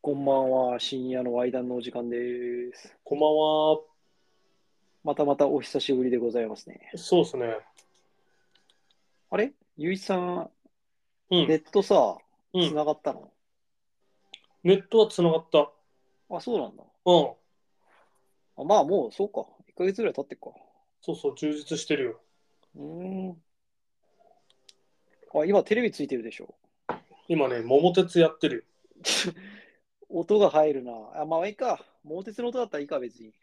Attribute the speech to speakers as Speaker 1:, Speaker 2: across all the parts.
Speaker 1: こんばんは、深夜のワイダンのお時間です。
Speaker 2: こんばんは。
Speaker 1: またまたお久しぶりでございますね。
Speaker 2: そうですね。
Speaker 1: あれゆういちさん、
Speaker 2: うん。
Speaker 1: ネットさ、
Speaker 2: う
Speaker 1: つ
Speaker 2: ん、
Speaker 1: ながったの、
Speaker 2: ネットはつながった。
Speaker 1: あ、そうなんだ。
Speaker 2: うん。
Speaker 1: あまあ、もうそうか。1ヶ月ぐらい経ってっか。
Speaker 2: そうそう、充実してるよ。
Speaker 1: うーん。あ、今テレビついてるでしょ。
Speaker 2: 今ね、桃鉄やってるよ。
Speaker 1: 音が入るな。あ、まあいいか。桃鉄の音だったらいいか、別に。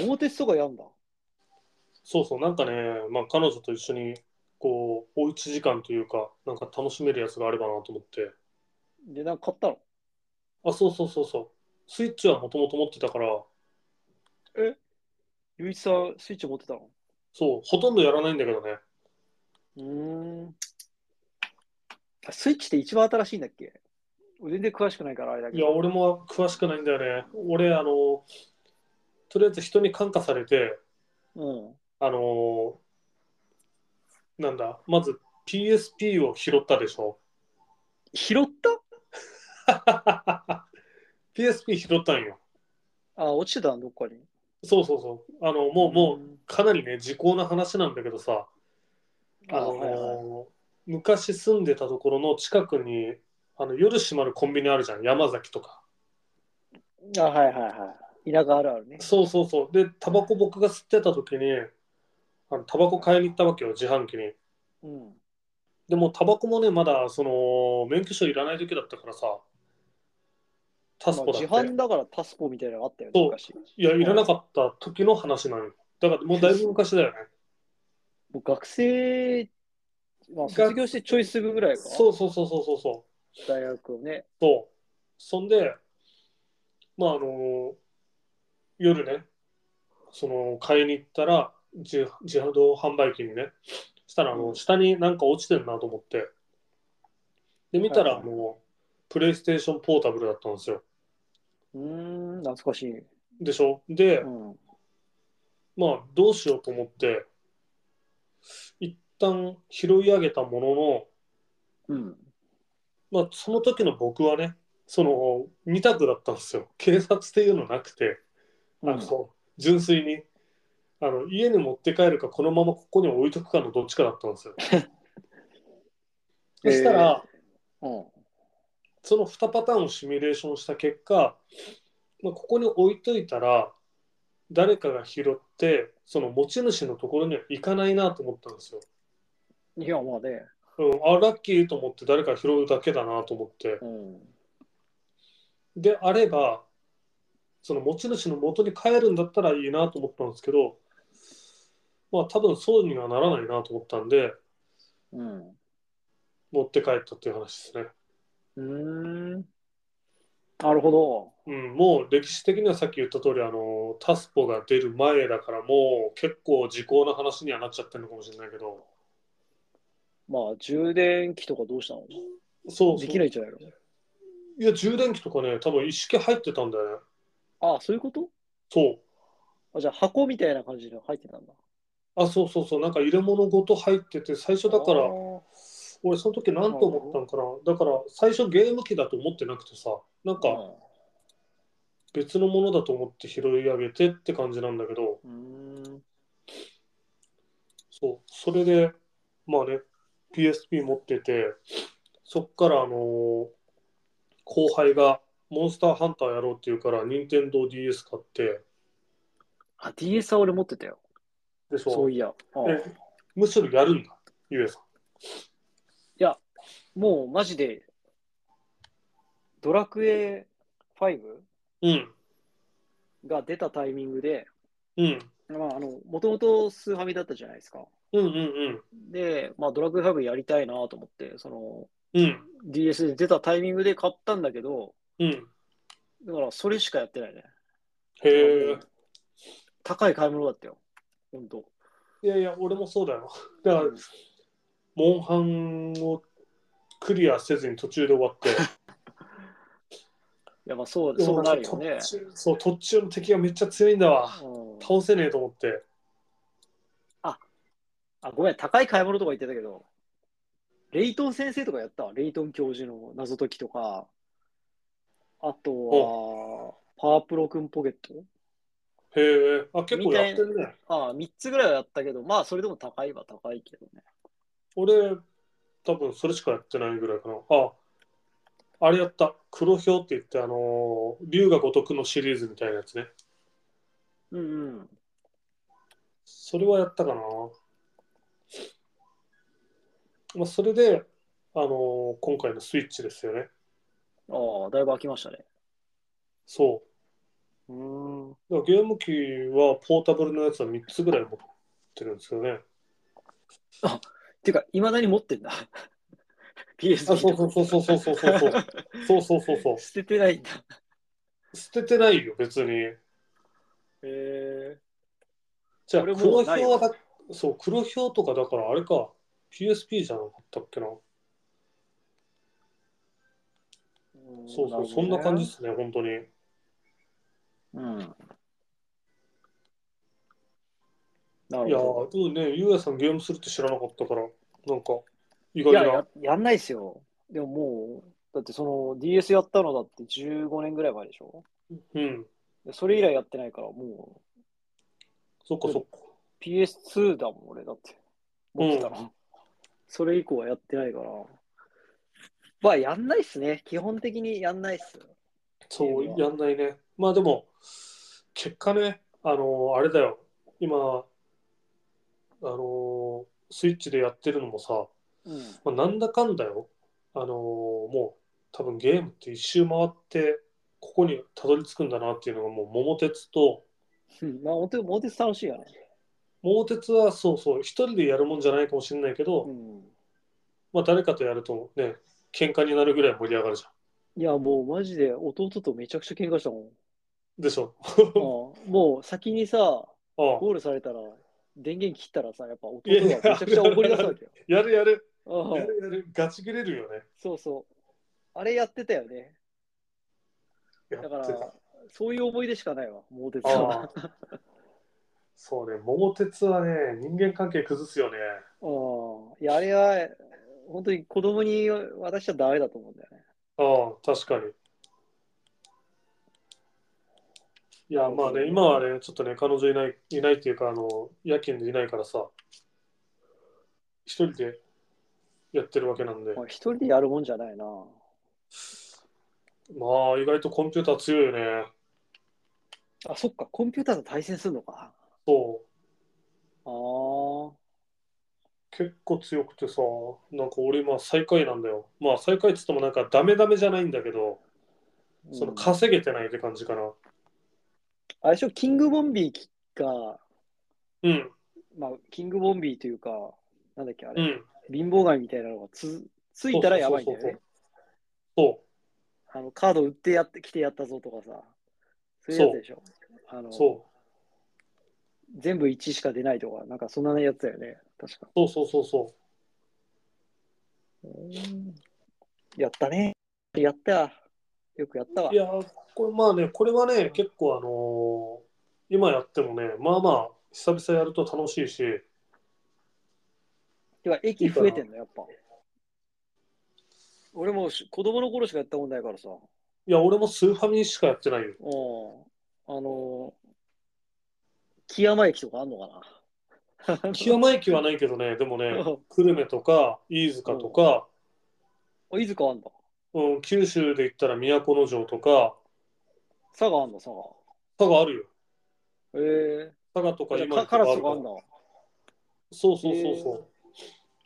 Speaker 1: 桃鉄とかやんだ。
Speaker 2: そうそう、なんかね、まあ、彼女と一緒に、こう、おうち時間というか、なんか楽しめるやつがあればなと思って。
Speaker 1: で、なんか買ったの
Speaker 2: あ、そうそうそうそう。スイッチはもともと持ってたから、
Speaker 1: ゆういちさん、スイッチ持ってたの
Speaker 2: そう、ほとんどやらないんだけどね。
Speaker 1: うーん。あスイッチって一番新しいんだっけ全然詳しくないからあれだけ
Speaker 2: いや、
Speaker 1: ど。
Speaker 2: 俺も詳しくないんだよね。俺、あの、とりあえず人に感化されて、
Speaker 1: うん。
Speaker 2: あのーなんだ、まず PSP を拾ったでしょ。
Speaker 1: 拾っ
Speaker 2: PSP 拾ったんよ。
Speaker 1: たあ、落ちてたのどっかに。
Speaker 2: そうそうそう。あの、もう、も
Speaker 1: う
Speaker 2: う、かなりね、時効な話なんだけどさ、あ
Speaker 1: あ、
Speaker 2: のー
Speaker 1: はいはい。
Speaker 2: 昔住んでたところの近くに、あの夜閉まるコンビニあるじゃん、山崎とか。
Speaker 1: あ、はいはいはい。田舎あるあるね。
Speaker 2: そうそうそう。で、タバコ僕が吸ってた時に、あのタバコ買いに行ったわけよ、自販機に。
Speaker 1: うん。
Speaker 2: でもタバコもねまだその免許証いらない時だったからさタス
Speaker 1: まあ
Speaker 2: ポだって、
Speaker 1: 自販だからタスポみたいなのあったよね、
Speaker 2: そう
Speaker 1: 昔。
Speaker 2: いやいらなかった時の話なのよだからもうだいぶ 昔だよね
Speaker 1: もう学生、まあ、卒業してちょいすぐぐらいか。
Speaker 2: そうそうそうそうそうそう
Speaker 1: 大学をね。
Speaker 2: そうそんでまああの夜ねその買いに行ったら自自動販売機にねしたらあの、
Speaker 1: うん
Speaker 2: 下になんか落ちてるなと思ってで見たら
Speaker 1: はいはい
Speaker 2: もうプレイステーションポータブルだったんですよ
Speaker 1: うーん、懐かしい。う
Speaker 2: でしょで、
Speaker 1: ん。
Speaker 2: まあどうしようと思って一旦拾い上げたものの、
Speaker 1: うん。
Speaker 2: まあ、その時の僕はねその二択だったんですよ警察っていうのなくてあの、純粋にあの家に持って帰るかこのままここに置いとくかのどっちかだったんですよそしたら、
Speaker 1: うん。
Speaker 2: その2パターンをシミュレーションした結果、まあ、ここに置いといたら誰かが拾ってその持ち主のところには行かないなと思ったんですよ
Speaker 1: いや、まあね。
Speaker 2: うん、あラッキーと思って誰か拾うだけだなと思って
Speaker 1: うん。
Speaker 2: であればその持ち主の元に帰るんだったらいいなと思ったんですけどまあ多分そうにはならないなと思ったんで
Speaker 1: うん。
Speaker 2: 持って帰ったっていう話ですね、
Speaker 1: うーん。なるほど。
Speaker 2: うん、もう歴史的にはさっき言った通りあのタスポが出る前だからもう結構時効な話にはなっちゃってるのかもしれないけど
Speaker 1: まあ、充電器とかどうしたの
Speaker 2: そうそ
Speaker 1: で
Speaker 2: う
Speaker 1: きないんじゃないの
Speaker 2: いや充電器とかね多分一式入ってたんだよね
Speaker 1: ああ、そういうこと
Speaker 2: そう
Speaker 1: あじゃあ、箱みたいな感じで入ってたんだ。
Speaker 2: あそうそうそうなんか入れ物ごと入ってて最初だから
Speaker 1: あー
Speaker 2: 俺その時何と思ったんかなだから最初ゲーム機だと思ってなくてさなんか別のものだと思って拾い上げてって感じなんだけど
Speaker 1: うん。う
Speaker 2: そうそれでまあね PSP 持っててそっからあのー後輩がモンスターハンターやろうって言うから任天堂 d s 買って
Speaker 1: あ、DS は俺持ってたよ。
Speaker 2: でし
Speaker 1: そ
Speaker 2: ょ
Speaker 1: ういや。ああ
Speaker 2: えむしろやるんだゆえさん
Speaker 1: もう、マジで、ドラクエ5
Speaker 2: うん
Speaker 1: が出たタイミングで、
Speaker 2: うん
Speaker 1: まあ、あの、もともとスーファミだったじゃないですか。
Speaker 2: うんうん
Speaker 1: で、まあ、ドラクエ5やりたいなと思って、その、
Speaker 2: うん
Speaker 1: DS で出たタイミングで買ったんだけど、
Speaker 2: うんうん
Speaker 1: だから、それしかやってないね。
Speaker 2: へえ
Speaker 1: 高い買い物だったよ。本当。
Speaker 2: いやいや俺もそうだよ だからモンハンをクリアせずに途中で終わって、
Speaker 1: いや、まあそう、 そうなるよね。
Speaker 2: 途中そう途中の敵がめっちゃ強いんだわ。
Speaker 1: うん
Speaker 2: 倒せねえと思って。
Speaker 1: あ、ごめん、高い買い物とか言ってたけど、レイトン先生とかやったわレイトン教授の謎解きとか、あとは、パワープロ君ポケット
Speaker 2: へえ。あ、結構やってるね。
Speaker 1: ああ、3つぐらいはやったけど、まあ、それでも高いは高いけどね。
Speaker 2: 俺、多分それしかやってないぐらいかな。あ、あれやった。黒ひょうって言って、あのー竜が如くのシリーズみたいなやつね。
Speaker 1: うんうん。
Speaker 2: それはやったかな。まあ、それで、あのー今回のスイッチですよね。
Speaker 1: ああ、だいぶ空きましたね。
Speaker 2: そう
Speaker 1: ーん。。
Speaker 2: だからゲーム機はポータブルのやつは3つぐらい持ってるんですよね。
Speaker 1: ていうか、いまだに持ってんだ。
Speaker 2: あ
Speaker 1: PS
Speaker 2: そうそうそうそうそうそうそうそう。そうそうそうそう。
Speaker 1: 捨ててないんだ。
Speaker 2: 捨ててないよ、別に。
Speaker 1: へえ。
Speaker 2: じゃあ
Speaker 1: 俺
Speaker 2: 黒
Speaker 1: も
Speaker 2: ひょ
Speaker 1: な
Speaker 2: う
Speaker 1: い
Speaker 2: はだ、そう、黒ひょうとかだからあれか、PSP じゃなかったっけな。そうそう、そんな感じですね、本当に。
Speaker 1: うん。なるほど
Speaker 2: いやー、でもね、ゆうやさんゲームするって知らなかったから、なんか、意
Speaker 1: い
Speaker 2: 外
Speaker 1: や
Speaker 2: な
Speaker 1: や、。やんないですよ。でももう、だってその DS やったのだって15年ぐらい前でしょ
Speaker 2: うん。
Speaker 1: でそれ以来やってないから、も
Speaker 2: そっかそっか。
Speaker 1: う PS2 だもん、俺だって。持ってたの。それ以降はやってないから。まあ、やんないっすね。基本的にやんないっす。
Speaker 2: そう
Speaker 1: ゲーム、は
Speaker 2: やんないね。まあでも、結果ね、あのーあれだよ、今、あのースイッチでやってるのもさ、
Speaker 1: うん。
Speaker 2: まあ、なんだかんだよ、あのーもう多分ゲームって一周回ってここにたどり着くんだなっていうのがもう桃鉄と
Speaker 1: うんまあ、本当にモーテス楽しいよね。
Speaker 2: 桃鉄はそうそう一人でやるもんじゃないかもしれないけど、
Speaker 1: うん。
Speaker 2: まあ誰かとやるとね喧嘩になるぐらい盛り上がるじゃ
Speaker 1: いや、もうマジで弟とめちゃくちゃ喧嘩したもん。
Speaker 2: んでしょ
Speaker 1: うんもう先にさ、
Speaker 2: ああ
Speaker 1: ゴールされたら、電源切ったらさ、やっぱ弟がめちゃくちゃ怒り出すわ けよ。
Speaker 2: やるやる
Speaker 1: うん
Speaker 2: やるやるガチ切れるよね
Speaker 1: そうそう。あれやってたよね。
Speaker 2: や
Speaker 1: だか
Speaker 2: ってた
Speaker 1: ら、そういう思い出しかないわ、モーテツ
Speaker 2: あ
Speaker 1: は。
Speaker 2: あ そうね桃鉄はね人間関係崩すよね
Speaker 1: うんいや、あれは、本当に子供に渡しちゃダメだと思うんだよね。
Speaker 2: ああ、確かに。いや、まあね、今はね、ちょっとね、彼女いない、いないっていうか、あの、夜勤でいないからさ、一人でやってるわけなんで、
Speaker 1: まあ一人でやるもんじゃないな。
Speaker 2: まあ、意外とコンピューター強いよね。
Speaker 1: あ、そっか、コンピューターと対戦するのか。
Speaker 2: そう、
Speaker 1: ああ。
Speaker 2: 結構強くてさ、なんか俺今最下位なんだよ。まあ、最下位っつってもなんかダメダメじゃないんだけど、その
Speaker 1: うん
Speaker 2: 稼げてないって感じかな。
Speaker 1: あれでしょ、キングボンビーが、
Speaker 2: うん、
Speaker 1: まあ、キングボンビーというか、なんだっけ、あ
Speaker 2: う
Speaker 1: れ、
Speaker 2: ん。
Speaker 1: 貧乏神みたいなのがつついたらやばいんだよね。
Speaker 2: そ
Speaker 1: あのカード売ってやってきてやったぞとかさ、そういうやつでしょ。あの
Speaker 2: うそう
Speaker 1: 全部1しか出ないとか、なんかそんなやつだよね、確か。
Speaker 2: そうそうそうそう。
Speaker 1: やったね。やったよ。よくやったわ
Speaker 2: い。やーこれまあねこれはね結構あのー今やってもねまあまあ久々やると楽しいし
Speaker 1: てか、駅増えてんの、やっぱ。俺もし子供の頃しかやったことないからさ。
Speaker 2: いや俺もスーファミしかやってないよ
Speaker 1: うん。あのー、木山駅とかあんのか
Speaker 2: 木山駅はないけどねでもね
Speaker 1: な
Speaker 2: 久留米とか飯塚とか、
Speaker 1: あ、飯塚あんだ。
Speaker 2: うん、九州で言ったら都城とか
Speaker 1: 佐賀あんだ、佐賀。
Speaker 2: 佐賀あるよ
Speaker 1: え
Speaker 2: 佐賀とか
Speaker 1: え
Speaker 2: 今
Speaker 1: カカラスとかあんだ。
Speaker 2: そうそうそうそう、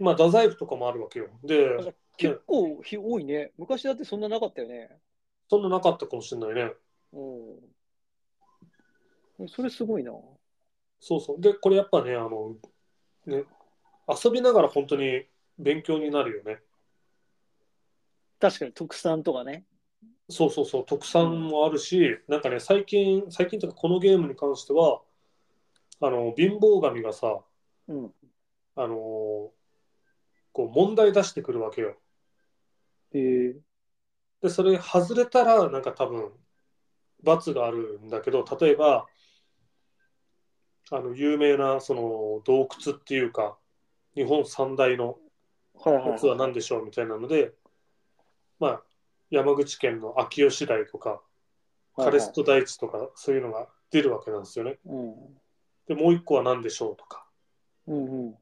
Speaker 2: まあ太宰府とかもあるわけよで
Speaker 1: 結構日多いね。昔だってそんななかったよね。
Speaker 2: そんななかったかもしれないね
Speaker 1: うん。それすごいな。
Speaker 2: そうそうでこれやっぱねあのね遊びながら本当に勉強になるよね
Speaker 1: 確かに特産とかね。
Speaker 2: そうそうそう、特産もあるし、なんかね、最近、最近というか、このゲームに関しては、あの、貧乏神がさ、
Speaker 1: うん。
Speaker 2: あのーこう、問題出してくるわけよ。
Speaker 1: えー、
Speaker 2: で、それ外れたら、なんか多分、罰があるんだけど、例えば、あの、有名な、その、洞窟っていうか、日本三大の
Speaker 1: はいはい、
Speaker 2: やつは何でしょうみたいなので、まあ、山口県の秋吉台とか、
Speaker 1: はい
Speaker 2: カ
Speaker 1: はい
Speaker 2: レスト台地とか、そういうのが出るわけなんですよね。
Speaker 1: うん。
Speaker 2: で、もう一個は何でしょうとか、
Speaker 1: うんう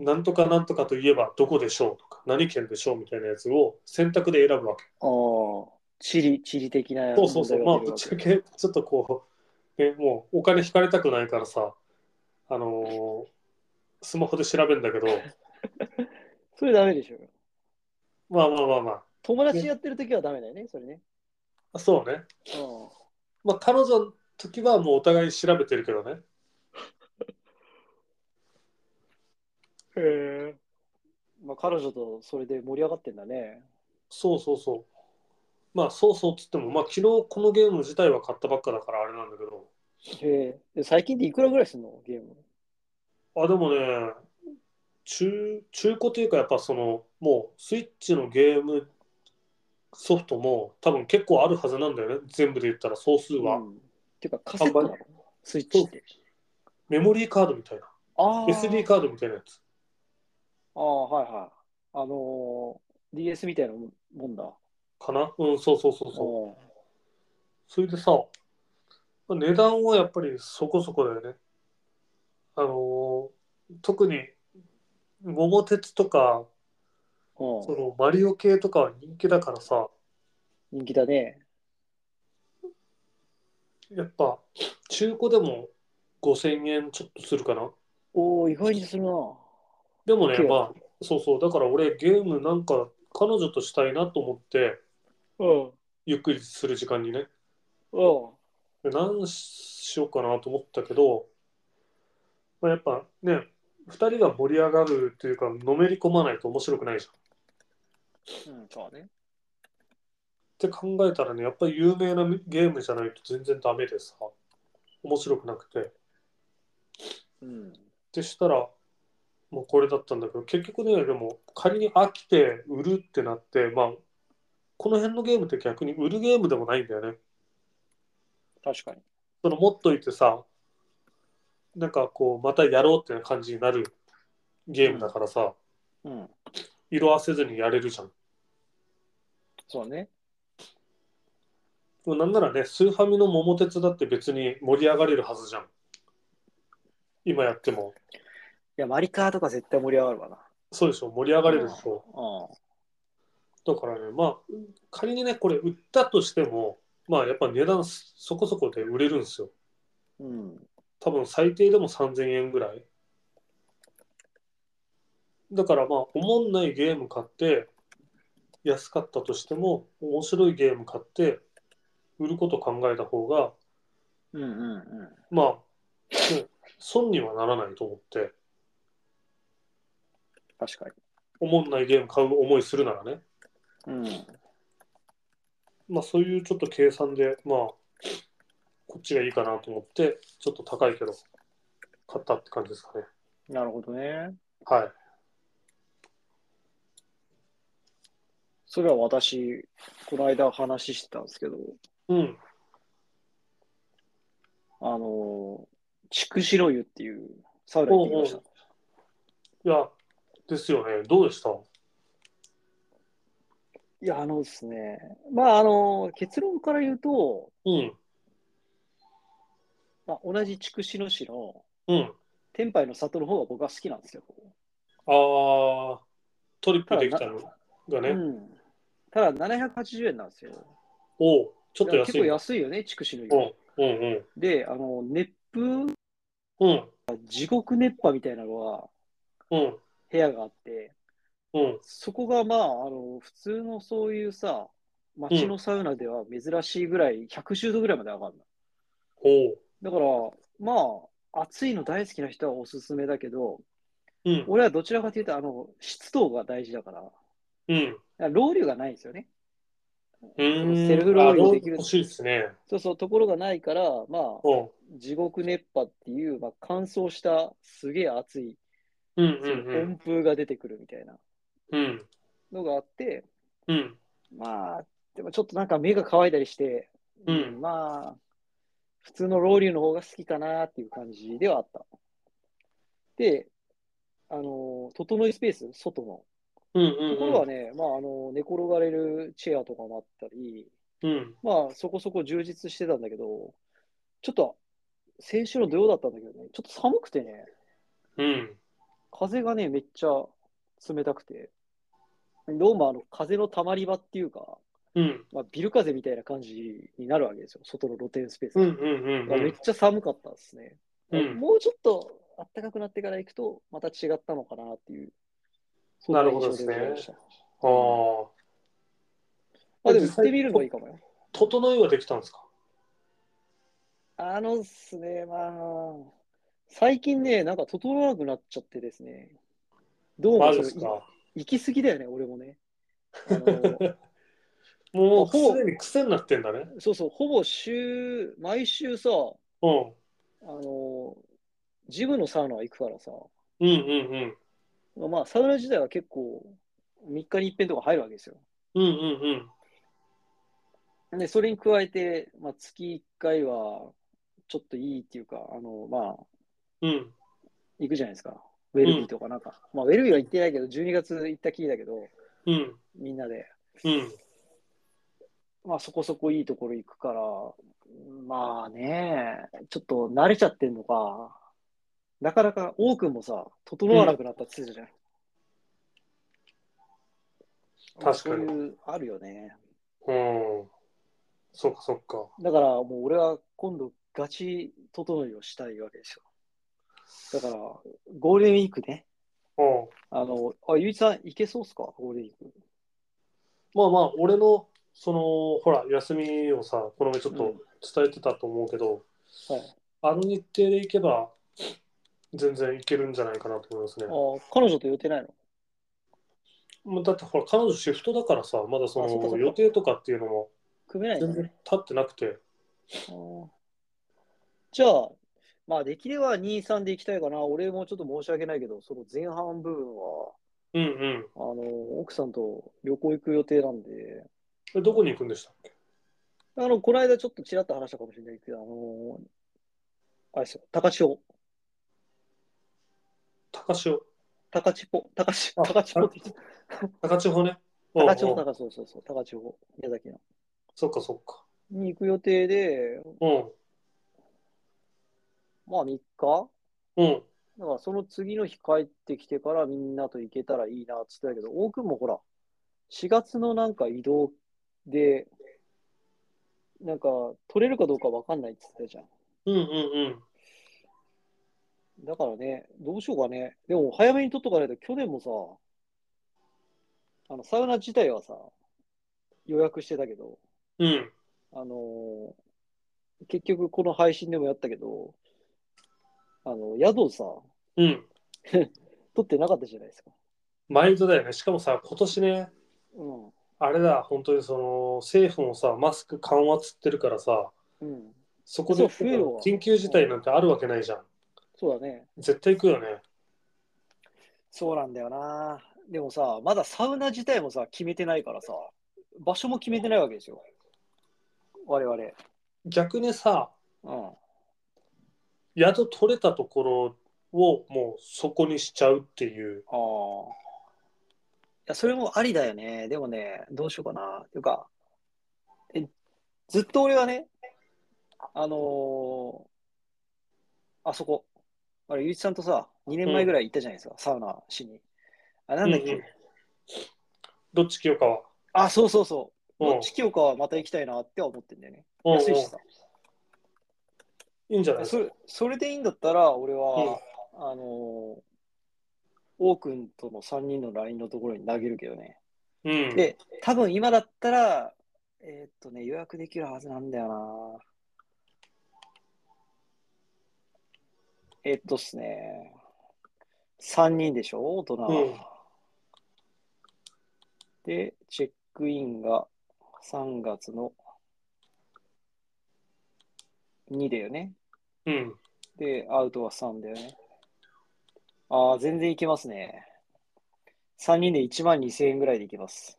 Speaker 1: ん。
Speaker 2: なんとかなんとかといえばどこでしょうとか、何県でしょうみたいなやつを選択で選ぶわけ。
Speaker 1: ああ、地理、地理的なや
Speaker 2: そうそうそう、まあ、ぶっちゃけ、ちょっとこう、ね、もうお金引かれたくないからさ、あのースマホで調べるんだけど、
Speaker 1: それダメでしょ。
Speaker 2: まあまあまあま
Speaker 1: 友達やってる時はダメだよね、それね。
Speaker 2: あ、そうね。
Speaker 1: うん。
Speaker 2: まあ、彼女の時はもうお互い調べてるけどね。
Speaker 1: へえ。まあ、彼女とそれで盛り上がってんだね。
Speaker 2: そうそうそう。まあ、そうそうっつっても、まあ、昨日このゲーム自体は買ったばっかだからあれなんだけど、
Speaker 1: へえ。最近っていくらぐらいするのゲーム。
Speaker 2: あ、でもね、中、中古というか、やっぱその、もう、スイッチのゲームソフトも多分結構あるはずなんだよね。全部で言ったら総数は。
Speaker 1: ん、てか、カセットなの
Speaker 2: 販
Speaker 1: スイッチって。
Speaker 2: メモリーカードみたいな。
Speaker 1: ああ。
Speaker 2: SD カードみたいなやつ。
Speaker 1: ああ、はいはい。あのー、DS みたいなもんだ。
Speaker 2: かなうん、そうそうそうそう。
Speaker 1: そ
Speaker 2: それでさ、まあ値段はやっぱりそこそこだよね。あのー特に、桃鉄とか、
Speaker 1: うん。
Speaker 2: そのマリオ系とかは人気だからさ、
Speaker 1: 人気だね。
Speaker 2: やっぱ中古でも5000円ちょっとするかな。
Speaker 1: おお、意外にするな。
Speaker 2: でもね、
Speaker 1: 結構
Speaker 2: まあ、そうそう、だから俺ゲームなんか彼女としたいなと思って、
Speaker 1: うん。
Speaker 2: ゆっくりする時間にね、
Speaker 1: うん。
Speaker 2: で何しようかなと思ったけど、まあ、やっぱね、2人が盛り上がるというか、のめり込まないと面白くないじゃ
Speaker 1: う
Speaker 2: ん。
Speaker 1: ん、そうね。
Speaker 2: って考えたらね、やっぱり有名なゲームじゃないと全然ダメでさ、面白くなくて。
Speaker 1: うん。
Speaker 2: ってしたらもうこれだったんだけど結局ねでも仮に飽きて売るってなってまあこの辺のゲームって逆に売るゲームでもないんだよね
Speaker 1: 確かに。
Speaker 2: その持っといてさなんかこうまたやろうってな感じになるゲームだからさ、
Speaker 1: うん。
Speaker 2: 色あせずにやれるじゃん
Speaker 1: そうね。
Speaker 2: でもなんならねスーファミの桃鉄だって別に盛り上がれるはずじゃん今やっても
Speaker 1: いや、マリカーとか絶対盛り上がるわな。
Speaker 2: そうでしょ盛り上がれるでしょ、
Speaker 1: う
Speaker 2: だからね、まあ、仮にね、これ売ったとしても、まあ、やっぱ値段すそこそこで売れるんですよ。
Speaker 1: ん。うん。
Speaker 2: 多分最低でも3000円ぐらい。だからまあ、おもんないゲーム買って、安かったとしても、面白いゲーム買って、売ること考えた方が、
Speaker 1: うんうんうん。
Speaker 2: まあ、ね損にはならないと思って、
Speaker 1: 確か
Speaker 2: おもんないゲーム買う思いするならね。
Speaker 1: に。うん。
Speaker 2: まあ、そういうちょっと計算で、まあ、こっちがいいかなと思って、ちょっと高いけど、買ったって感じですかね。
Speaker 1: なるほどね。
Speaker 2: はい。
Speaker 1: それは私、この間話してたんですけど、
Speaker 2: うん。
Speaker 1: あのー、チクシロ湯っていうサウナ行ってきました。
Speaker 2: おういや、ですよね。どうでした
Speaker 1: いや、あのですね、まあ、あのー、結論から言うと、
Speaker 2: うん。
Speaker 1: まあ、同じ筑紫野市の
Speaker 2: うん。
Speaker 1: 天杯の里の方が僕は好きなんですよ。
Speaker 2: ああ、トリップできたのが
Speaker 1: う
Speaker 2: ね。
Speaker 1: ん、ただ、780円なんですよ。
Speaker 2: おうちょっと
Speaker 1: 結
Speaker 2: 安
Speaker 1: 構
Speaker 2: い。
Speaker 1: 安いよね、筑紫野
Speaker 2: う
Speaker 1: 湯。
Speaker 2: ん。うん
Speaker 1: で、あの、熱風、
Speaker 2: うん。うん。
Speaker 1: 地獄熱波みたいなのが、
Speaker 2: うん。
Speaker 1: 部屋があって、
Speaker 2: うん。
Speaker 1: そこがまあ、あの、普通のそういうさ、街のサウナでは珍しいぐらい、110度ぐらいまで上がる
Speaker 2: おう
Speaker 1: の。だから、まあ、暑いの大好きな人はおすすめだけど、
Speaker 2: うん。
Speaker 1: 俺はどちらかというと、あの、湿度が大事だから、だか
Speaker 2: うん。
Speaker 1: らロウリュがないんですよね。
Speaker 2: うーん。
Speaker 1: セルフローリング
Speaker 2: あ
Speaker 1: できる
Speaker 2: 欲しいですね。
Speaker 1: そうそう、ところがないから、まあ、
Speaker 2: うん。
Speaker 1: 地獄熱波っていう、まあ、乾燥したすげえ暑い、
Speaker 2: うん
Speaker 1: そ
Speaker 2: うんう
Speaker 1: の
Speaker 2: ん。
Speaker 1: 温風が出てくるみたいな
Speaker 2: うん。
Speaker 1: のがあって、
Speaker 2: うん。
Speaker 1: まあ、でもちょっとなんか目が乾いたりして、
Speaker 2: うん
Speaker 1: まあ、普通のロウリュの方が好きかなっていう感じではあった。で、あの、整いスペース、外の、
Speaker 2: うん
Speaker 1: とこ
Speaker 2: うん
Speaker 1: ろ
Speaker 2: う
Speaker 1: が
Speaker 2: ん。
Speaker 1: ね、まあ、あの、寝転がれるチェアとかもあったり、
Speaker 2: うん。
Speaker 1: まあ、そこそこ充実してたんだけど、ちょっと、先週の土曜だったんだけどね、ちょっと寒くてね、
Speaker 2: うん。
Speaker 1: 風がね、めっちゃ冷たくて、どうもあの風の溜まり場っていうか、
Speaker 2: うん。
Speaker 1: まあ、ビル風みたいな感じになるわけですよ、外の露天スペース
Speaker 2: う
Speaker 1: が。
Speaker 2: んうんうん
Speaker 1: まあ
Speaker 2: う
Speaker 1: めっ
Speaker 2: ん。
Speaker 1: ちゃ寒かったですね。
Speaker 2: うん
Speaker 1: もうちょっと暖かくなってから行くと、また違ったのかなっていう。そん印象ございました。
Speaker 2: ああ。
Speaker 1: まあでも行ってみるのもいいかもよ。
Speaker 2: 整いはできたんですか
Speaker 1: あのっすね、まあ、最近ね、なんか整わなくなっちゃってですね。どうも
Speaker 2: マ
Speaker 1: そ
Speaker 2: ジ
Speaker 1: れ
Speaker 2: ですか
Speaker 1: 行き過ぎだよね、俺もね。あの
Speaker 2: も
Speaker 1: ほ
Speaker 2: う
Speaker 1: ぼ
Speaker 2: すでに癖になってんだね。
Speaker 1: そうそう、ほぼ週、毎週さ、
Speaker 2: うん。
Speaker 1: あの、ジムのサウナは行くからさ、
Speaker 2: うんうんうん。
Speaker 1: まあ、サウナ自体は結構、3日に一遍とか入るわけですよ。
Speaker 2: うんうんうん。
Speaker 1: で、それに加えて、まあ、月1回は、ちょっといいっていうか、あの、まあ、
Speaker 2: うん。
Speaker 1: 行くじゃないですか。ウェルビーとかなんか。まあ、ウェルビーは行ってないけど、12月行ったきりだけど、
Speaker 2: うん。
Speaker 1: みんなで。
Speaker 2: うん。
Speaker 1: まあ、そこそこいいところ行くから、まあね、ちょっと慣れちゃってんのか、なかなか、王くんもさ、整わなくなったって言ってたじゃない。
Speaker 2: うん確かに
Speaker 1: そういう、あるよね。
Speaker 2: うん。そっかそっか。
Speaker 1: だからもう俺は今度ガチ整いをしたいわけですよ。だからゴールデンウィークね。
Speaker 2: うん。
Speaker 1: あの、あ、ゆういちさん行けそうっすかゴールデンウィーク。
Speaker 2: まあまあ、俺の、その、ほら、休みをさ、この前ちょっと伝えてたと思うけど、
Speaker 1: はい。
Speaker 2: あの日程で行けば、全然行けるんじゃないかなと思いますね。
Speaker 1: あ、彼女と予定ないの
Speaker 2: もうだってほら、彼女シフトだからさ、まだそ
Speaker 1: あそっかそっか
Speaker 2: の予定とかっていうのも
Speaker 1: 組めない
Speaker 2: 全
Speaker 1: の
Speaker 2: 然
Speaker 1: ね。
Speaker 2: 立ってなくて、
Speaker 1: あーじゃあ、まあできれば2、3で行きたいかな。俺もちょっと申し訳ないけど、その前半部分は、
Speaker 2: うんうん
Speaker 1: あの、奥さんと旅行行く予定なんで、
Speaker 2: え。どこに行くんでしたっけ
Speaker 1: あの、この間ちょっとちらっと話したかもしれないけど、あの、あれですよ、高千穂。
Speaker 2: 高潮。
Speaker 1: 高千穂、高千
Speaker 2: あ
Speaker 1: 穂、高千穂って言っちゃった
Speaker 2: 高千穂ね。
Speaker 1: 高千穂
Speaker 2: うんうん
Speaker 1: 高そうそうそう、高千穂、宮崎の。
Speaker 2: そっかそっか。
Speaker 1: に行く予定で、
Speaker 2: う
Speaker 1: まあ3日
Speaker 2: ん。うん。
Speaker 1: だからその次の日帰ってきてからみんなと行けたらいいなって言ってたけど、大君もほら、4月のなんか移動で、なんか取れるかどうかわかんないって言ってたじゃ
Speaker 2: うんうん
Speaker 1: ん。だからね、どうしようかね。でも早めに取っとかないと、去年もさ、あのサウナ自体はさ、予約してたけど、
Speaker 2: うん。うん。
Speaker 1: あのー結局この配信でもやったけど、あの、宿をさ、
Speaker 2: うん。
Speaker 1: 取ってなかったじゃないですか。
Speaker 2: 毎度だよね。しかもさ、今年ね、
Speaker 1: うん。
Speaker 2: あれだ、本当にその、政府もさ、マスク緩和っつってるからさ、
Speaker 1: うん。
Speaker 2: そこで
Speaker 1: そう増えるわ
Speaker 2: 緊急事態なんてあるわけないじゃん。
Speaker 1: そうだね。
Speaker 2: 絶対行くよね。
Speaker 1: そうなんだよな。でもさ、まだサウナ自体もさ、決めてないからさ、場所も決めてないわけですよ。我々。
Speaker 2: 逆にさ、
Speaker 1: うん。
Speaker 2: 宿取れたところをもうそこにしちゃうっていう。
Speaker 1: ああ。いや、それもありだよね。でもね、どうしようかな。ていうか、え、ずっと俺はね、あのーあそこ、あれ、ゆういちさんとさ、2年前ぐらい行ったじゃないですか、サウナしに。あ、なんだっけ、
Speaker 2: うんうんどっち清川。
Speaker 1: あ、そうそうそう。
Speaker 2: うん
Speaker 1: どっち清川はまた行きたいなっては思ってんだよね。
Speaker 2: うんうん
Speaker 1: 安いしさ。
Speaker 2: いいんじゃないです
Speaker 1: そ
Speaker 2: か。
Speaker 1: れそれでいいんだったら、俺は、あのー、王くんとの3人の LINE のところに投げるけどね。
Speaker 2: うん。
Speaker 1: で、多分今だったら、えーっとね、予約できるはずなんだよな。えーっとっすね、3人でしょ、大人は。
Speaker 2: うん
Speaker 1: で、チェックインが3月の2だよね。
Speaker 2: うん。
Speaker 1: で、アウトは3だよね。ああ、全然いけますね。3人で1万2000円ぐらいでいけます。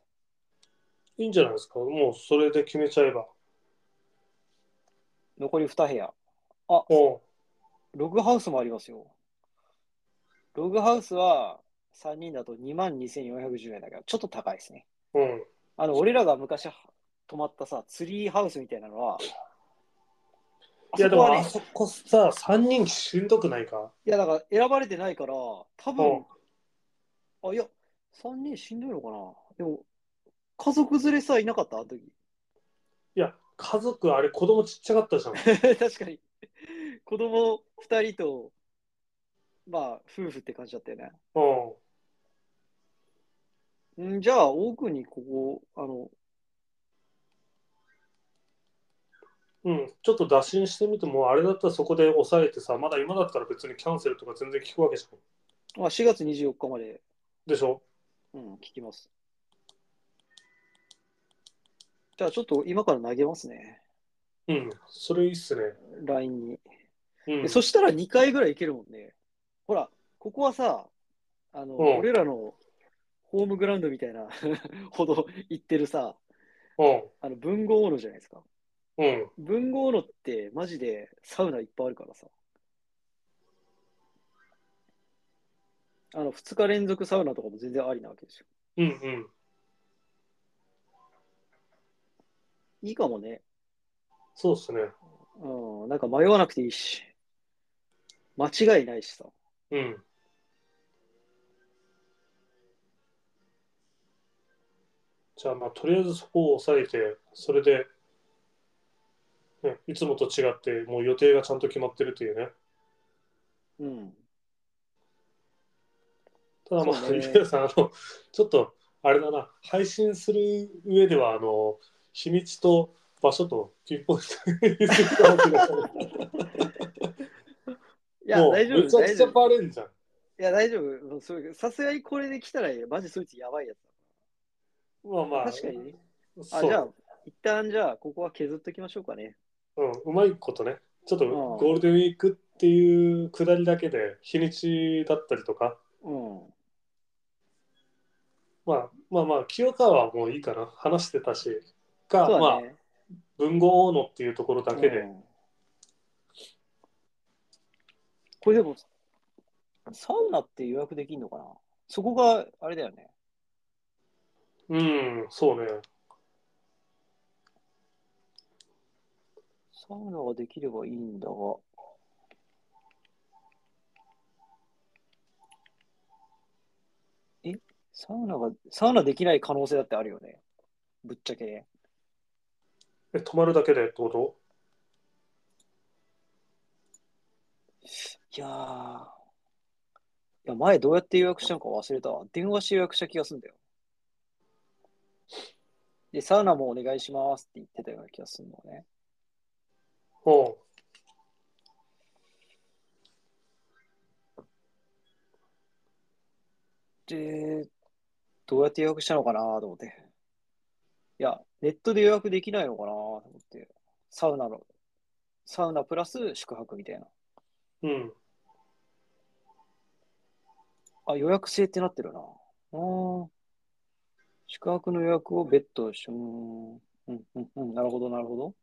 Speaker 2: いいんじゃないですか。もうそれで決めちゃえば。
Speaker 1: 残り2部屋。あ、
Speaker 2: うん。
Speaker 1: ログハウスもありますよ。ログハウスは3人だと2万2410円だけど、ちょっと高いですね。
Speaker 2: うん。
Speaker 1: あの、俺らが昔は泊まったさ、ツリーハウスみたいなのは、
Speaker 2: いや、でも、
Speaker 1: あそこは
Speaker 2: あ
Speaker 1: ね
Speaker 2: そこさ、3人しんどくないか
Speaker 1: いや、だから選ばれてないから、多分、あ、いや、3人しんどいのかな。でも、家族連れさ、いなかったあの時。
Speaker 2: いや、家族、あれ、子供ちっちゃかっ たじゃん。
Speaker 1: 確かに。子供2人と、まあ、夫婦って感じだったよね。
Speaker 2: うん。
Speaker 1: んじゃあ、奥にここ、あの、
Speaker 2: うん、ちょっと打診してみても、あれだったらそこで抑えてさ、まだ今だったら別にキャンセルとか全然聞くわけじゃん。
Speaker 1: まあ、4月24日まで、
Speaker 2: でしょ
Speaker 1: うん、聞きます。じゃあ、ちょっと今から投げますね。
Speaker 2: うん、それいいっすね。
Speaker 1: LINE に。
Speaker 2: う
Speaker 1: で
Speaker 2: ん、
Speaker 1: そしたら2回ぐらいいけるもんね。ほら、ここはさ、あの、
Speaker 2: うん
Speaker 1: 俺らのホームグラウンドみたいな ほど行ってるさ、
Speaker 2: うん、
Speaker 1: あの文豪のじゃないですか。
Speaker 2: うん。
Speaker 1: 文豪のってマジでサウナいっぱいあるからさ。あの、2日連続サウナとかも全然ありなわけですよ。
Speaker 2: うん、うん。
Speaker 1: いいかもね。
Speaker 2: そうっすね。
Speaker 1: うん、なんか迷わなくていいし。間違いないしさ。
Speaker 2: うん。じゃあ、まあ、とりあえずそこを抑えて、それで、ね、いつもと違って、もう予定がちゃんと決まってるというね。
Speaker 1: うん。
Speaker 2: ただま
Speaker 1: そ
Speaker 2: あ、
Speaker 1: うね
Speaker 2: ゆうやさん、あの、ちょっと、あれだな、配信する上では、あの、日にちと場所とピンポイントにするかもしれない。
Speaker 1: いや、
Speaker 2: もう
Speaker 1: 大丈夫、
Speaker 2: めちゃ
Speaker 1: 大
Speaker 2: くち
Speaker 1: 丈
Speaker 2: ゃ
Speaker 1: 夫。
Speaker 2: バレんじゃん。
Speaker 1: いや、大丈夫もうそれ。さすがにこれで来たら、マジそいつやばいやつ
Speaker 2: まあま
Speaker 1: だ。
Speaker 2: あ、
Speaker 1: 確かにね。あ、
Speaker 2: そう
Speaker 1: じゃあ、一旦じゃあ、ここは削っときましょうかね。
Speaker 2: うん、うまいことね、ちょっと
Speaker 1: ん
Speaker 2: ゴールデンウィークっていうくだりだけで、日にちだったりとか、
Speaker 1: うん。
Speaker 2: まあまあまあ、清川はもういいかな、話してたし、か、
Speaker 1: そう
Speaker 2: ま
Speaker 1: だ
Speaker 2: あ、
Speaker 1: ね。
Speaker 2: 文豪のっていうところだけで、
Speaker 1: うんこれでも、サウナって予約できんのかなそこが、あれだよね。
Speaker 2: うん、そうね、
Speaker 1: サウナができればいいんだが。えサウナが、サウナできない可能性だってあるよね。ぶっちゃけね。
Speaker 2: え泊まるだけでってこと
Speaker 1: いやーいや前どうやって予約したのか忘れたわ。電話して予約した気がするんだよ。で、サウナもお願いしますって言ってたような気がするのね。
Speaker 2: うん。
Speaker 1: で、どうやって予約したのかなと思って。いや、ネットで予約できないのかなと思って。サウナの、サウナプラス宿泊みたいな。
Speaker 2: うん、
Speaker 1: あ、予約制ってなってるな。うーん。宿泊の予約を別途し、うーん。うん、うん、うん。なるほど、なるほど。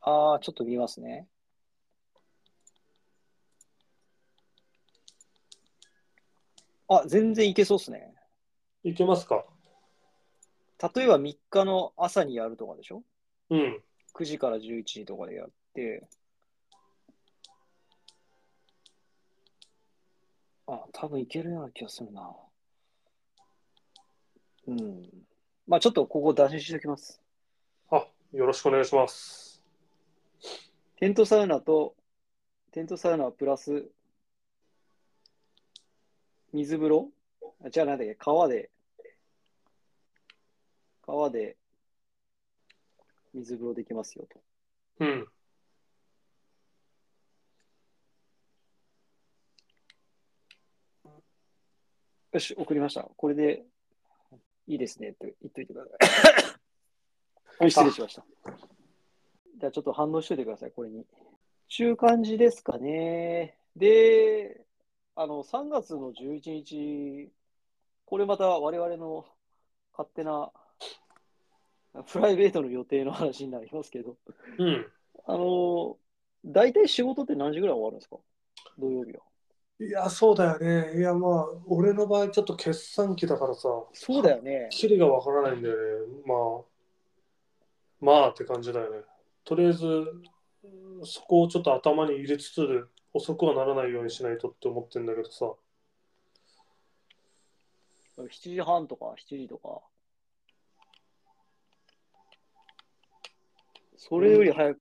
Speaker 1: ああ、ちょっと見ますね。あ、全然いけそうっすね。
Speaker 2: いけますか。
Speaker 1: 例えば3日の朝にやるとかでしょ
Speaker 2: うん、
Speaker 1: 9時から11時とかでやって、あ、多分いけるような気がするな。うん。まあちょっとここ打診しておきます。
Speaker 2: あよろしくお願いします。
Speaker 1: テントサウナと、テントサウナプラス、水風呂あじゃあなんだっけ、川で、川で水風呂できますよと。
Speaker 2: うん、
Speaker 1: よし、送りました。これでいいですねって言っといてくださ い。失礼しました。じゃあちょっと反応しといてください、これに。ちゅう感じですかね。で、あの、3月の11日、これまた我々の勝手なプライベートの予定の話になりますけど、
Speaker 2: うん。
Speaker 1: あの、大体仕事って何時ぐらい終わるんですか土曜日は。
Speaker 2: いや、そうだよね。いや、まあ、俺の場合、ちょっと決算期だからさ、
Speaker 1: そうだよね。
Speaker 2: 地理がわからないんだよね。まあ、まあって感じだよね。とりあえず、そこをちょっと頭に入れつつ、遅くはならないようにしないとって思ってんだけどさ。
Speaker 1: 7時半とか7時とか。それより早く。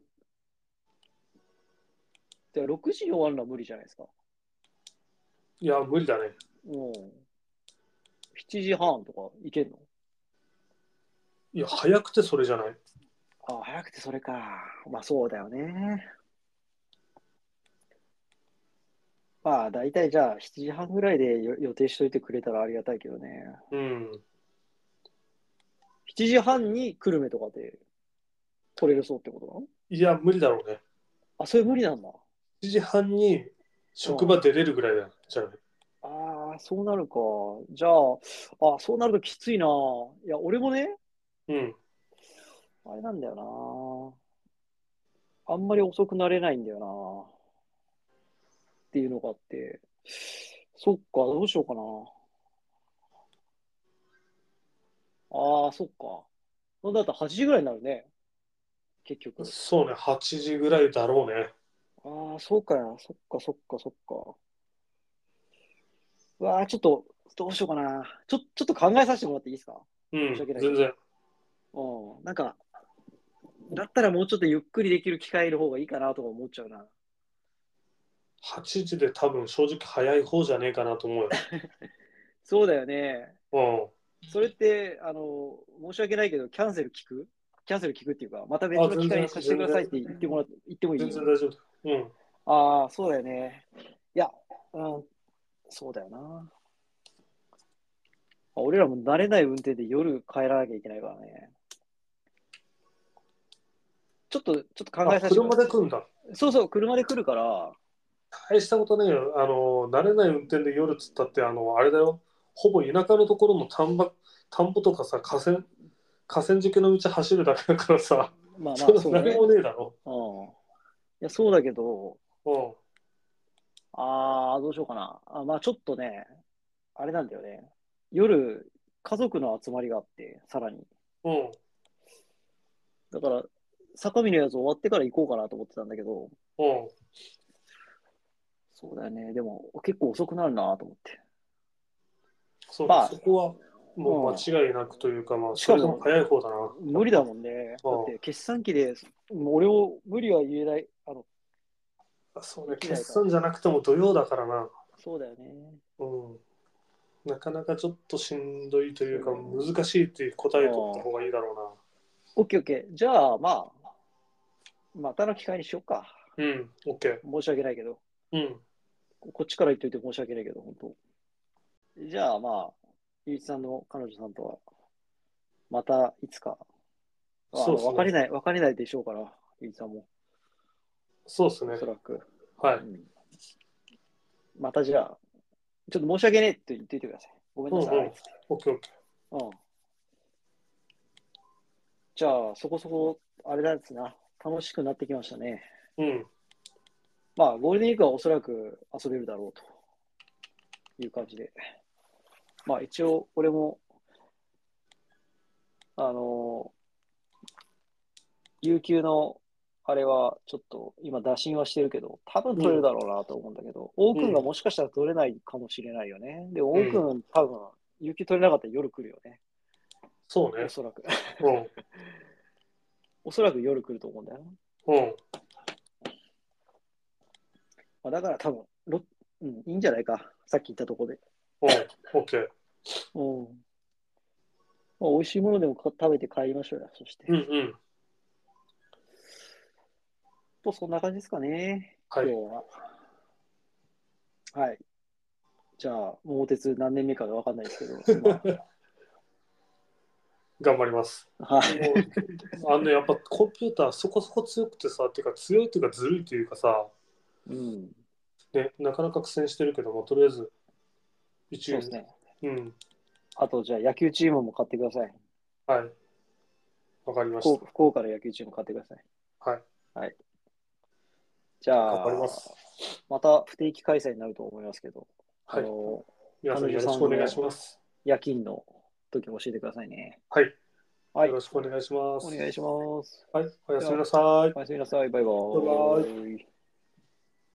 Speaker 1: で6時に終わるのは無理じゃないですか。
Speaker 2: いや、無理だね。
Speaker 1: うん。7時半とか行けんの
Speaker 2: いや、早くてそれじゃない。
Speaker 1: あ早くてそれか。まあそうだよね。まあ大体じゃあ7時半ぐらいでよ予定しといてくれたらありがたいけどね。
Speaker 2: うん。
Speaker 1: 7時半に久留米とかで取れるそうってことなの
Speaker 2: いや、無理だろうね。
Speaker 1: あ、それ無理なんだ。
Speaker 2: 7時半に職場出れるぐらいだじゃない。
Speaker 1: ああ、そうなるか。じゃあ、あそうなるときついな。いや、俺もね、
Speaker 2: うん。
Speaker 1: あれなんだよな。あんまり遅くなれないんだよな。っていうのがあって。そっか、どうしようかな。ああ、そっか。なんだったら8時ぐらいになるね。結局。
Speaker 2: そうね、8時ぐらいだろうね。
Speaker 1: ああ、そうかや。そっか、そっか、そっか。うわあ、ちょっと、どうしようかな。ちょ、ちょっと考えさせてもらっていいですか
Speaker 2: う、
Speaker 1: 申し訳なんい
Speaker 2: 全然。
Speaker 1: うん。なんか、だったらもうちょっとゆっくりできる機会の方がいいかなとか思っちゃうな。
Speaker 2: 8時で多分正直早い方じゃねえかなと思う
Speaker 1: そうだよね。
Speaker 2: よ。
Speaker 1: それって、あの、申し訳ないけど、キャンセル聞くキャンセル聞くっていうか、また別の機会にさせてくださいって言ってもら言っても
Speaker 2: う
Speaker 1: い
Speaker 2: ん、
Speaker 1: い
Speaker 2: 全然大丈夫だ。うん。
Speaker 1: ああ、そうだよね。いや、うん、そうだよな。あ俺らも慣れない運転で夜帰らなきゃいけないからね。ちょっと、ちょっと考え
Speaker 2: あ
Speaker 1: させても
Speaker 2: 車
Speaker 1: ら
Speaker 2: で
Speaker 1: っ
Speaker 2: 来るんだ。
Speaker 1: て。そうそう、車で来るから。
Speaker 2: 大したことねえよ。あの、慣れない運転で夜っつったって、あの、あれだよ。ほぼ田舎のところの田んぼ田んぼとかさ、河川、河川敷の道走るだけだからさ、
Speaker 1: まあまあ、
Speaker 2: そんな
Speaker 1: そうだね。
Speaker 2: 何もねえだろ。
Speaker 1: うん。いや、そうだけど、
Speaker 2: うん。
Speaker 1: ああ、どうしようかな。あまあ、ちょっとね、あれなんだよね。夜、家族の集まりがあって、さらに。
Speaker 2: うん。
Speaker 1: だから、坂見のやつ終わってから行こうかなと思ってたんだけど、
Speaker 2: うん。
Speaker 1: そうだよね。でも、結構遅くなるなと思って。
Speaker 2: そう、
Speaker 1: まあ
Speaker 2: そこはもう間違いなくというか、まあ、
Speaker 1: し
Speaker 2: そ
Speaker 1: かも
Speaker 2: れとも早い方だな。
Speaker 1: 無理だもんね。だ
Speaker 2: うん
Speaker 1: って、決算期で、もう俺を無理は言えない。あの、
Speaker 2: あそうね、決算じゃなくても土曜だからな。
Speaker 1: そうだよね。
Speaker 2: うん。なかなかちょっとしんどいというか、難しいっていう答えとった方がいいだろ
Speaker 1: オッケーオッケー。じゃあ、まあ、またの機会にしようか。
Speaker 2: うな。うん、OK。
Speaker 1: 申し訳ないけど。
Speaker 2: うん。
Speaker 1: こっちから言っといて申し訳ないけど、本当。じゃあ、まあ、ゆういちさんの彼女さんとは、またいつか。あ
Speaker 2: そうそう
Speaker 1: 別れない、別れないでしょうから、ゆういちさんも、
Speaker 2: そうです
Speaker 1: お
Speaker 2: ね
Speaker 1: そ。らく。
Speaker 2: はい。
Speaker 1: またじゃあ、ちょっと申し訳ねえって言っていてください。ごめんなさい。
Speaker 2: うんうん OK、OK。
Speaker 1: うんじゃあ、そこそこ、あれなんですな、楽しくなってきましたね。
Speaker 2: うん。
Speaker 1: まあ、ゴールデンウィークはおそらく遊べるだろうという感じで。まあ、一応、俺も、あの有給の、あれは、ちょっと、今、打診はしてるけど、多分取れるだろうなと思うんだけど、王、くんがもしかしたら取れないかもしれないよね。でも、王くん、多分、有給取れなかったら夜来るよね。
Speaker 2: そうね
Speaker 1: お。そらく。
Speaker 2: う
Speaker 1: おそらく夜来ると思うんだよな。
Speaker 2: ん。うん。
Speaker 1: まあ、だから多分ろ、うん、いいんじゃないか。さっき言ったとこで。
Speaker 2: うん。OK。
Speaker 1: うん。まあ、美味しいものでもか食べて帰りましょうよ。そして。
Speaker 2: うんうん。
Speaker 1: と、そんな感じですかね。
Speaker 2: はい
Speaker 1: 今日は。はい。じゃあ、桃鉄何年目かが分かんないですけ ど。ま
Speaker 2: 頑張ります。
Speaker 1: あはい。
Speaker 2: もうあのね、やっぱコンピューターそこそこ強くてさ、っていうか強いっていうかずるいというかさ、
Speaker 1: うん。
Speaker 2: ね、なかなか苦戦してるけども、とりあえず、一
Speaker 1: そう
Speaker 2: 応、
Speaker 1: ですね。
Speaker 2: うん。
Speaker 1: あと、じゃあ、野球チームも買ってください。
Speaker 2: はい。わかりま
Speaker 1: 福
Speaker 2: した。
Speaker 1: 岡福岡の野球チーム買ってください。
Speaker 2: はい。
Speaker 1: はい。じゃあ、
Speaker 2: 頑張ります。
Speaker 1: また不定期開催になると思いますけど、
Speaker 2: は
Speaker 1: あ
Speaker 2: い。
Speaker 1: の
Speaker 2: 皆さんよろしくお願いします。
Speaker 1: 夜勤の時も教えてくださいね。
Speaker 2: はい。
Speaker 1: はい
Speaker 2: よろしくお願いします。
Speaker 1: お願いし
Speaker 2: ま
Speaker 1: ます。
Speaker 2: す。はい。おやすみなさい。
Speaker 1: おやすみなさい。バイバ
Speaker 2: バイ
Speaker 1: イ。